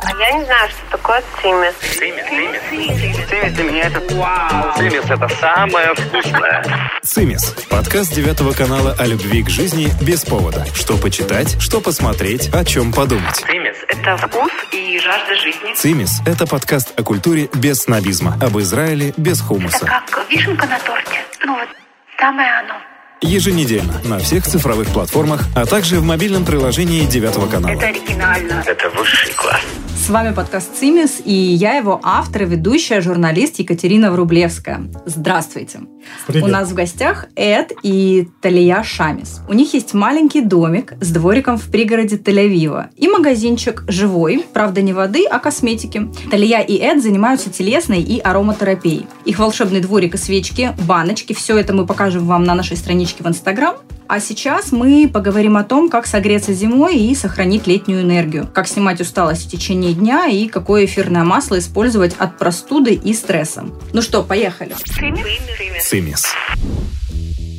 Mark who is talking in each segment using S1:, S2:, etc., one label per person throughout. S1: А Я не знаю, что такое цимис.
S2: Цимис, цимис. Цимис для меня это... Вау! Цимис это самое вкусное.
S3: «Цимис» – подкаст девятого канала о любви к жизни без повода. Что почитать, что посмотреть, о чем подумать.
S2: Цимис это...
S4: Это вкус и жажда жизни.
S3: «Цимис» – это подкаст о культуре без снобизма, об Израиле без хумуса.
S4: Как вишенка на торте. Ну вот, самое оно.
S3: Еженедельно на всех цифровых платформах, а также в мобильном приложении девятого канала.
S4: оригинально.
S2: Это высший класс.
S5: С вами подкаст «Цимис» и я его автор и ведущая, журналист Екатерина Врублевская. Здравствуйте.
S6: Привет.
S5: У нас в гостях Эд и Талия Шамис. У них есть маленький домик с двориком в пригороде Тель-Авива и магазинчик «Живой», правда не воды, а косметики. Талия и Эд занимаются телесной и ароматерапией. Их волшебный дворик и свечки, баночки, все это мы покажем вам на нашей страничке в Инстаграм. А сейчас мы поговорим о том, как согреться зимой и сохранить летнюю энергию, как снимать усталость в течение дня и какое эфирное масло использовать от простуды и стресса. Ну что, поехали.
S3: «Цимис».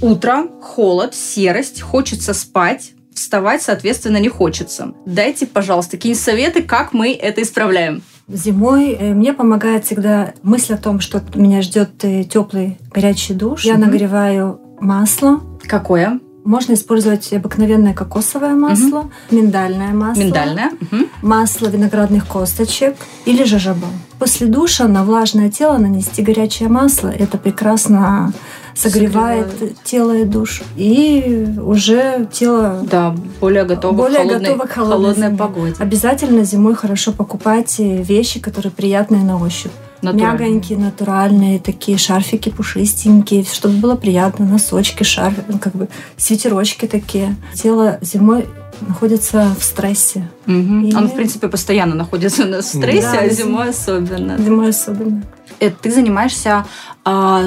S5: Утро, холод, серость, хочется спать, вставать, соответственно, не хочется. Дайте, пожалуйста, какие-нибудь советы, как мы это исправляем.
S7: Зимой э, мне помогает всегда мысль о том, что меня ждет э, теплый горячий душ. Я
S5: Мгм.
S7: нагреваю масло.
S5: Какое?
S7: Можно использовать обыкновенное кокосовое масло, миндальное масло,
S5: Миндальное. Мгм.
S7: масло виноградных косточек или жажаба. После душа на влажное тело нанести горячее масло. Это прекрасно согревает тело и душу. И уже тело
S5: Да, более готово
S7: Более
S5: к холодной,
S7: готово к холодной
S5: холодной
S7: зиме.
S5: погоде.
S7: Обязательно зимой хорошо покупать э, вещи, которые приятные на ощупь.
S5: Натурально.
S7: Мягонькие, натуральные, такие шарфики пушистенькие, чтобы было приятно, носочки, шарф, ну, как бы свитерочки такие. Тело зимой находится в стрессе,
S5: Мгм.
S7: И-
S5: Он, в принципе, постоянно находится у нас в стрессе,
S7: Да,
S5: а
S7: зим-
S5: зимой особенно.
S7: зимой особенно.
S5: Эд, э, ты занимаешься а,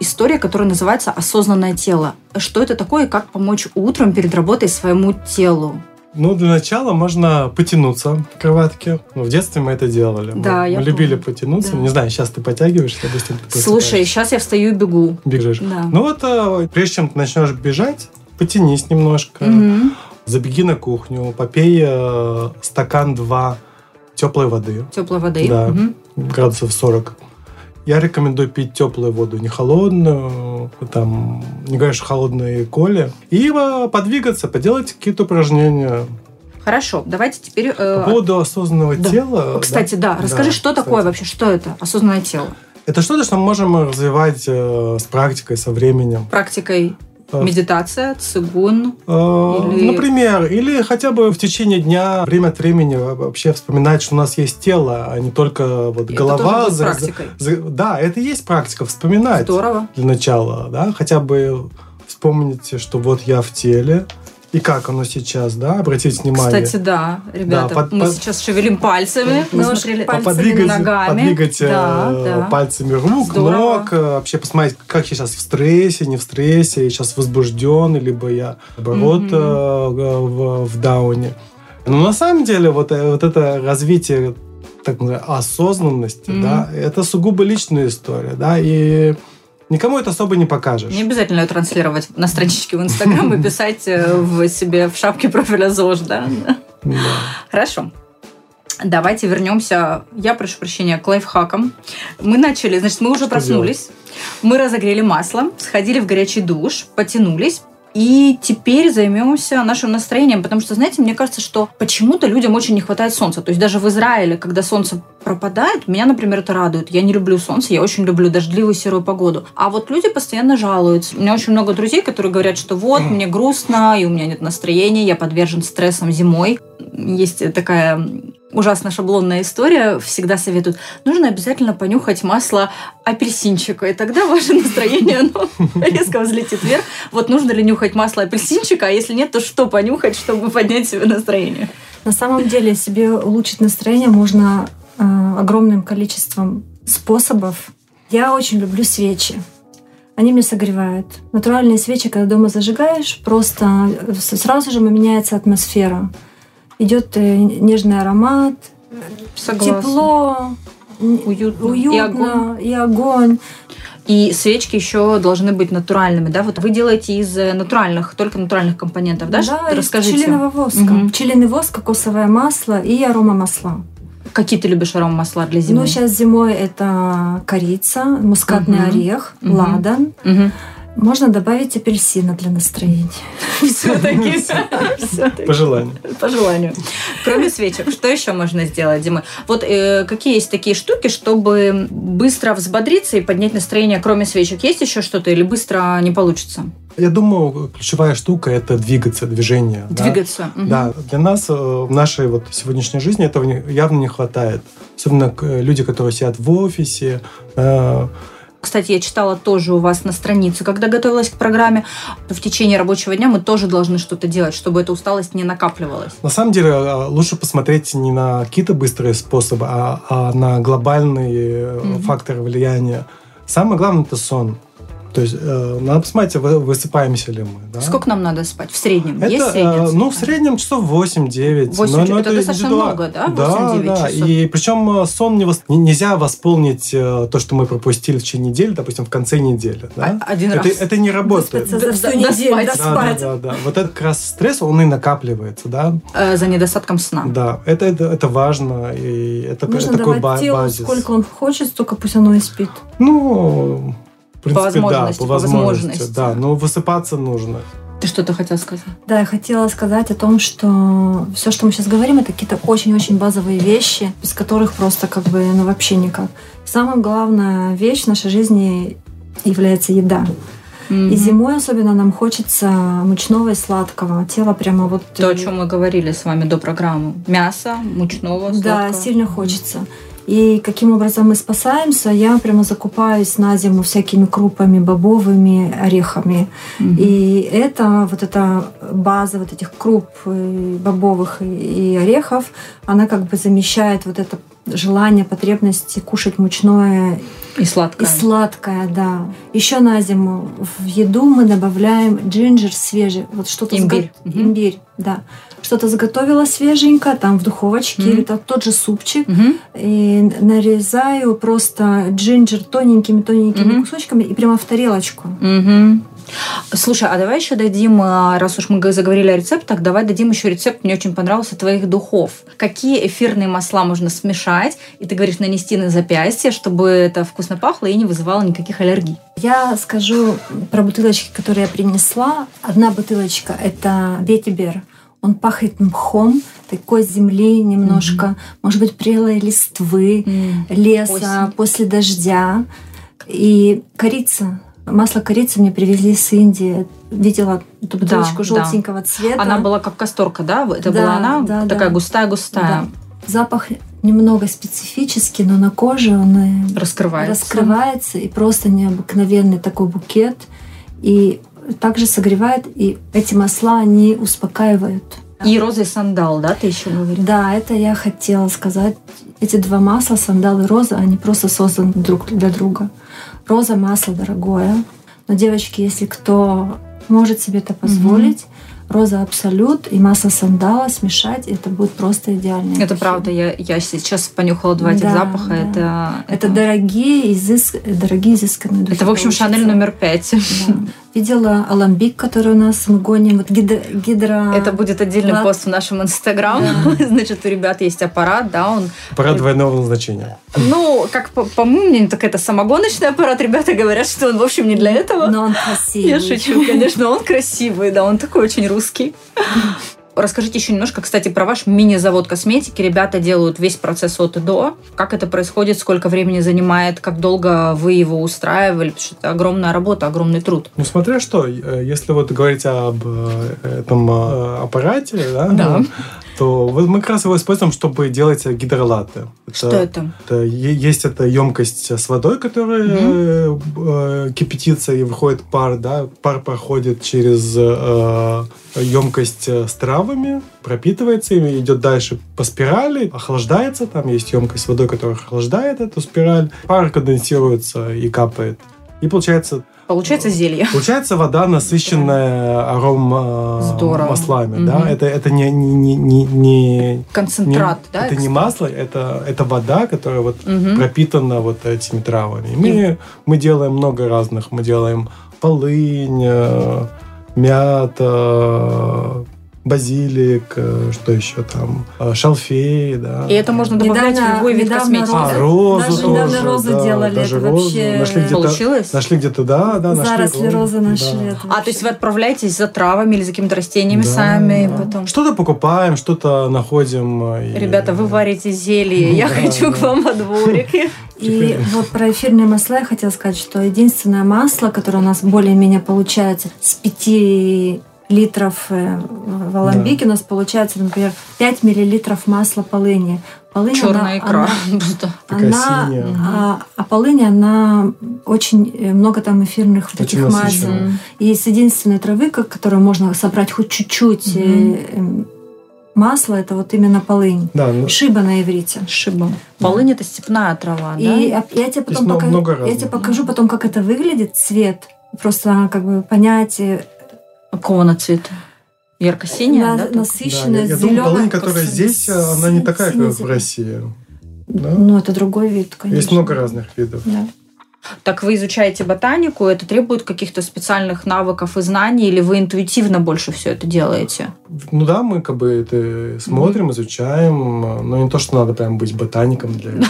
S5: историей, которая называется «Осознанное тело». Что это такое и как помочь утром перед работой своему телу?
S6: Ну, для начала можно потянуться в кроватке. Ну, в детстве мы это делали. Мы-
S5: Да,
S6: мы,
S5: я
S6: любили
S5: помню.
S6: потянуться.
S5: Да.
S6: Не знаю, сейчас ты подтягиваешься, допустим, ты
S5: Слушай, сейчас я встаю и бегу.
S6: просыпаешься, бежишь.
S5: Да.
S6: Ну вот, э, прежде чем ты начнешь бежать, потянись немножко,
S5: Мгм.
S6: забеги на кухню, попей э, стакан два теплой воды,
S5: Теплой воды.
S6: Да.
S5: Мгм.
S6: градусов 40. Я рекомендую пить теплую воду, не холодную, там, не говоришь холодные коли. И э, подвигаться, поделать какие-то упражнения.
S5: Хорошо, давайте теперь... э,
S6: По поводу осознанного
S5: да.
S6: тела.
S5: Кстати, да, расскажи, что
S6: кстати.
S5: такое вообще, что это осознанное тело?
S6: Это что-то, что мы можем развивать э, с практикой, со временем.
S5: Практикой
S6: Э,
S5: медитация, цигун.
S6: э,
S5: или-
S6: Например, или хотя бы в течение дня, время от времени во- вообще вспоминать, что у нас есть тело, а не только вот
S5: Это тоже
S6: голова.
S5: будет
S6: за-
S5: практикой.
S6: за- да, это и есть практика, вспоминать
S5: Здорово.
S6: для начала, да, хотя бы вспомните, что вот я в теле, и как оно сейчас, да, обратите внимание.
S5: Кстати, да, ребята,
S6: под-
S5: мы
S6: под-
S5: сейчас шевелим пальцами, мы
S7: Ножки,
S5: смотрели-
S7: пальцы.
S6: подвигать,
S5: ногами.
S6: подвигать, э,
S5: Да, да.
S6: пальцами рук,
S5: Здорово.
S6: ног, э, вообще посмотреть, как я сейчас в стрессе, не в стрессе, я сейчас возбужден, либо я, наоборот,
S5: Мгм.
S6: э, э, в, в дауне. Но на самом деле вот, э, вот это развитие так называемой осознанности,
S5: Мгм.
S6: да, это сугубо личная история, да, и никому это особо не покажешь.
S5: Не обязательно ее транслировать на страничке в Инстаграм и писать э, в себе в шапке профиля ЗОЖ, да?
S6: Да.
S5: Хорошо. Давайте вернемся, я прошу прощения, к лайфхакам. Мы начали, значит, мы уже
S6: Что
S5: проснулись, мы разогрели масло, сходили в горячий душ, потянулись. И теперь займемся нашим настроением, потому что, знаете, мне кажется, что почему-то людям очень не хватает солнца. То есть даже в Израиле, когда солнце пропадает, меня, например, это радует. Я не люблю солнце, я очень люблю дождливую серую погоду. А вот люди постоянно жалуются. У меня очень много друзей, которые говорят, что вот, мне грустно, и у меня нет настроения, я подвержен стрессам зимой. Есть такая м, ужасно шаблонная история, всегда советуют, нужно обязательно понюхать масло апельсинчика, и тогда ваше настроение оно резко взлетит вверх. Вот нужно ли нюхать масло апельсинчика, а если нет, то что понюхать, чтобы поднять себе настроение?
S7: На самом деле себе улучшить настроение можно э, огромным количеством способов. Я очень люблю свечи. Они меня согревают. Натуральные свечи, когда дома зажигаешь, просто э, с- сразу же меняется атмосфера. Идет э, нежный аромат, тепло, н-
S5: Уютно. И огонь.
S7: уютно и огонь.
S5: И свечки еще должны быть натуральными, да? Вот вы делаете из э, натуральных, только натуральных компонентов, да? Ш-
S7: из
S5: Расскажите.
S7: пчелиного воска.
S5: Мгм.
S7: Пчелиный воск, кокосовое масло и аромамасла.
S5: Какие ты любишь аромамасла для зимы?
S7: Ну, сейчас зимой это корица, мускатный
S5: Мгм.
S7: орех,
S5: Мгм.
S7: ладан.
S5: Мгм.
S7: Можно добавить апельсина для настроения.
S5: Все-таки. Все-таки.
S6: По желанию.
S5: По желанию. Кроме свечек, что еще можно сделать, Дима? Вот э, какие есть такие штуки, чтобы быстро взбодриться и поднять настроение, кроме свечек? Есть еще что-то или быстро не получится?
S6: Я думаю, ключевая штука – это двигаться, движение. да.
S5: Двигаться. Мгм.
S6: Да, для нас э, в нашей вот сегодняшней жизни этого не- явно не хватает. Особенно к- э, люди, которые сидят в офисе. э,
S5: Кстати, я читала тоже у вас на странице, когда готовилась к программе, в течение рабочего дня мы тоже должны что-то делать, чтобы эта усталость не накапливалась.
S6: На самом деле э, лучше посмотреть не на какие-то быстрые способы, а, а на глобальные э,
S5: Мгм.
S6: факторы влияния. Самое главное – это сон. То есть э, надо посмотреть, вы- высыпаемся ли мы. да.
S5: Сколько нам надо спать? В среднем?
S6: Это,
S5: есть средняя
S6: э,
S5: цифра?
S6: ну, в среднем часов 8-9.
S5: Восемь,
S6: но-
S5: это
S6: но
S5: достаточно
S6: индивидуально.
S5: много, да,
S6: Да,
S5: 8-9
S6: да.
S5: часов?
S6: И причем э, сон не вос- не- нельзя восполнить э, то, что мы пропустили в течение недели, допустим, в конце недели. да.
S5: А- один
S6: это,
S5: раз.
S6: это не работает.
S7: Выспаться за всю
S5: Да-
S7: неделю,
S5: доспать.
S6: Да, да,
S7: доспать.
S6: да, да. Вот этот как раз стресс, он и накапливается, да.
S5: Э, за недостатком сна.
S6: Да, это, это, это важно, и это
S7: Нужно
S6: такой ба-
S7: давать телу
S6: базис.
S7: сколько он хочет, столько пусть оно и спит.
S6: Ну, в принципе, да,
S5: возможности,
S6: по
S5: по
S6: возможности.
S5: возможности.
S6: Да, но высыпаться нужно.
S5: Ты что-то хотел сказать?
S7: Да, я хотела сказать о том, что все, что мы сейчас говорим, это какие-то очень-очень базовые вещи, без которых просто как бы ну вообще никак. Самая главная вещь в нашей жизни является еда. И
S5: Мгм.
S7: зимой особенно нам хочется мучного и сладкого. Тело прямо вот...
S5: То, о
S7: э,
S5: чем мы говорили с вами до программы. Мясо, мучного,
S7: Да,
S5: сладкого.
S7: сильно хочется. И каким образом мы спасаемся? Я прямо закупаюсь на зиму всякими крупами, бобовыми, орехами.
S5: Мгм.
S7: И это вот эта база вот этих круп э, бобовых и- и орехов, она как бы замещает вот это желание, потребности кушать мучное
S5: И сладкое.
S7: и сладкое, да. Еще на зиму в еду мы добавляем джинджер свежий, вот что-то заго-
S5: Имбирь. Мгм.
S7: имбирь, да. Что-то заготовила свеженько, там в духовочке,
S5: Мгм.
S7: или то- тот же супчик,
S5: Мгм.
S7: и нарезаю просто джинджер тоненькими-тоненькими
S5: Мгм.
S7: кусочками и прямо в тарелочку.
S5: Мгм. Слушай, а давай еще дадим, а, раз уж мы г- заговорили о рецептах, давай дадим еще рецепт, мне очень понравился, твоих духов. Какие эфирные масла можно смешать, и ты говоришь, нанести на запястье, чтобы это вкусно пахло и не вызывало никаких аллергий.
S7: Я скажу про бутылочки, которые я принесла. Одна бутылочка – это ветибер. Он пахнет мхом, такой земли немножко, может быть, прелой листвы, леса
S5: Осень.
S7: после дождя. И корица. Масло корицы мне привезли с Индии. Видела эту
S5: Да,
S7: бутылочку
S5: да.
S7: желтенького цвета.
S5: Она была как касторка, да? Это
S7: Да,
S5: была она
S7: да,
S5: такая
S7: да.
S5: густая-густая.
S7: Да. Запах немного специфический, но на коже он и
S5: Раскрывается.
S7: раскрывается и просто необыкновенный такой букет и также согревает и эти масла они успокаивают.
S5: И роза и сандал, да, ты еще говорила?
S7: Да, это я хотела сказать. Эти два масла, сандал и роза, они просто созданы друг для друга. Роза масло дорогое, но девочки, если кто может себе это позволить, роза абсолют и масло сандала смешать, это будет просто идеально.
S5: Это правда, я, я сейчас понюхала два этих
S7: Да,
S5: запаха.
S7: да.
S5: Это,
S7: Это дорогие, изыск... дорогие изысканные духи.
S5: это, в общем, Шанель
S7: получатся.
S5: номер пять.
S7: Да. Видела аламбик, который у нас мы гоним. Вот гидро... гидро-
S5: Это будет отдельный
S7: Ладно.
S5: пост в нашем инстаграм. Значит, у ребят есть аппарат, да, он...
S6: Пора двойного назначения.
S5: Ну, как по, по моему мнению, так это самогоночный аппарат. Ребята говорят, что он, в общем, не для этого.
S7: Но он красивый.
S5: Я шучу, конечно, он красивый, да, он такой очень русский. Расскажите еще немножко, кстати, про ваш мини-завод косметики. Ребята делают весь процесс от и до. Как это происходит, сколько времени занимает, как долго вы его устраивали, потому что это огромная работа, огромный труд.
S6: Ну, смотря что, э, если вот говорить об э, этом э, аппарате, да,
S5: Да.
S6: ну, то вот мы как раз его используем, чтобы делать э, гидролаты.
S5: Что это?
S6: Это е- есть эта емкость с водой, которая э, э, кипятится и выходит пар, да, пар проходит через э, емкость э, с травами, пропитывается ими, идет дальше по спирали, охлаждается, там есть емкость с водой, которая охлаждает эту спираль, пар конденсируется и капает. И получается,
S5: Получается
S6: Ну,
S5: зелье.
S6: получается вода насыщенная аром э,
S5: Здорово.
S6: маслами,
S5: Мгм.
S6: да? Это это не не не не- не- не-
S5: Концентрат, да?
S6: это не масло, это это вода, которая вот
S5: Мгм.
S6: пропитана вот этими травами. И Мы, мы делаем много разных. Мы делаем полынь, э, мята, базилик, э, что еще там, э, шалфей, да.
S5: И это можно добавлять
S7: Недавно-
S5: в любой вид
S7: недавно
S5: косметики.
S6: А,
S7: Даже-
S6: розу
S7: даже
S6: тоже.
S7: недавно розы
S6: да,
S7: делали,
S6: даже
S7: это
S6: розу.
S7: вообще
S6: Нашли где-то,
S5: Получилось?
S6: Нашли где-то, да, да, нашли.
S7: Заросли
S6: розу,
S7: розы
S6: да.
S7: нашли. это
S5: А,
S7: вообще.
S5: то есть вы отправляетесь за травами или за какими-то растениями
S6: Да.
S5: сами, потом...
S6: Что-то покупаем, что-то находим. э, и-
S5: Ребята, вы варите зелье, я
S6: Да,
S5: хочу
S6: да.
S5: к вам во дворике.
S7: И вот про эфирные масла я хотела сказать, что единственное масло, которое у нас более-менее получается с 5 литров э, в аламбике, у нас получается, например, 5 миллилитров масла полыни. Полынь,
S5: Черная
S7: она-
S5: икра.
S7: она-
S5: Просто.
S6: Такая
S7: она-
S6: синяя.
S7: а, а полынь, она очень э, много там эфирных вот
S6: Очень
S7: этих масел.
S5: Ну,
S6: насыщенная.
S7: И Есть единственной травы, ко- которую можно собрать хоть чуть-чуть э,
S5: Мгм.
S7: эм, масла, это вот именно полынь.
S6: Да, ну,
S7: Шиба на иврите.
S5: Шиба. Полынь это степная трава,
S7: И
S5: да?
S7: я- я тебе потом
S6: много-
S7: пока-
S6: много
S7: я
S6: разных.
S7: тебе покажу потом, как это выглядит, цвет. Просто как бы понять э,
S5: Какого она цвета? Ярко-синяя,
S7: на-
S5: да? так?
S6: да,
S7: насыщенная,
S6: я, я думаю,
S7: зелёная,
S6: полынь, которая
S7: просто
S6: здесь,
S7: си-
S6: э, она не такая, как в
S7: сине-зелё-
S6: России. да?
S7: Ну, это другой вид, конечно.
S6: Есть много разных видов.
S7: Да.
S5: Так вы изучаете ботанику, это требует каких-то специальных навыков и знаний, или вы интуитивно больше все это делаете?
S6: Ну да, мы как бы это смотрим, изучаем, э, но не то, что надо прям быть ботаником для этого.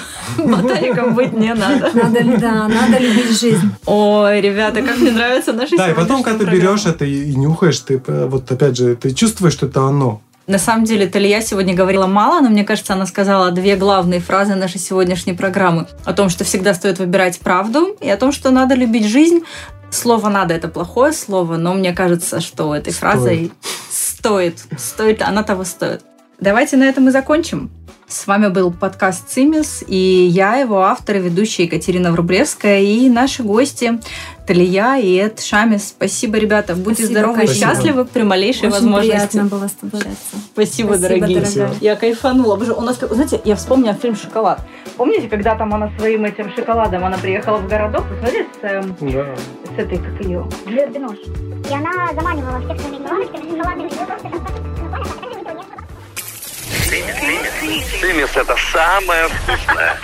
S5: Ботаником быть не надо.
S7: Надо, ли- да, надо любить жизнь.
S5: Ой, ребята, как мне нравится наша
S6: Да, и потом,
S5: сегодняшняя
S6: когда ты
S5: программа.
S6: берешь это и и нюхаешь, ты э, вот опять же, ты чувствуешь, что это оно.
S5: На самом деле, Талия сегодня говорила мало, но мне кажется, она сказала две главные фразы нашей сегодняшней программы. О том, что всегда стоит выбирать правду, и о том, что надо любить жизнь. Слово «надо» — это плохое слово, но мне кажется, что этой фразой стоит. Стоит, она того стоит. Давайте на этом и закончим. С вами был подкаст «Цимис», и я, его автор и ведущая Екатерина Врублевская, и наши гости Талия и Эд Шамис. Спасибо, ребята. Будьте
S7: Спасибо,
S5: здоровы и
S6: Катя.
S5: счастливы при малейшей
S7: Очень
S5: возможности.
S7: приятно было с тобой общаться.
S5: Спасибо,
S7: Спасибо,
S5: дорогие.
S7: дорогая.
S5: Я кайфанула. Боже, у нас, как- знаете, я вспомнила фильм «Шоколад». Помните, когда там она своим этим шоколадом, она приехала в городок, вы смотрели с, эм, с этой, как ее? Джульет Бинош.
S8: И она заманивала всех своими шоколадами, шоколадными продуктами.
S2: Цимис это самое вкусное.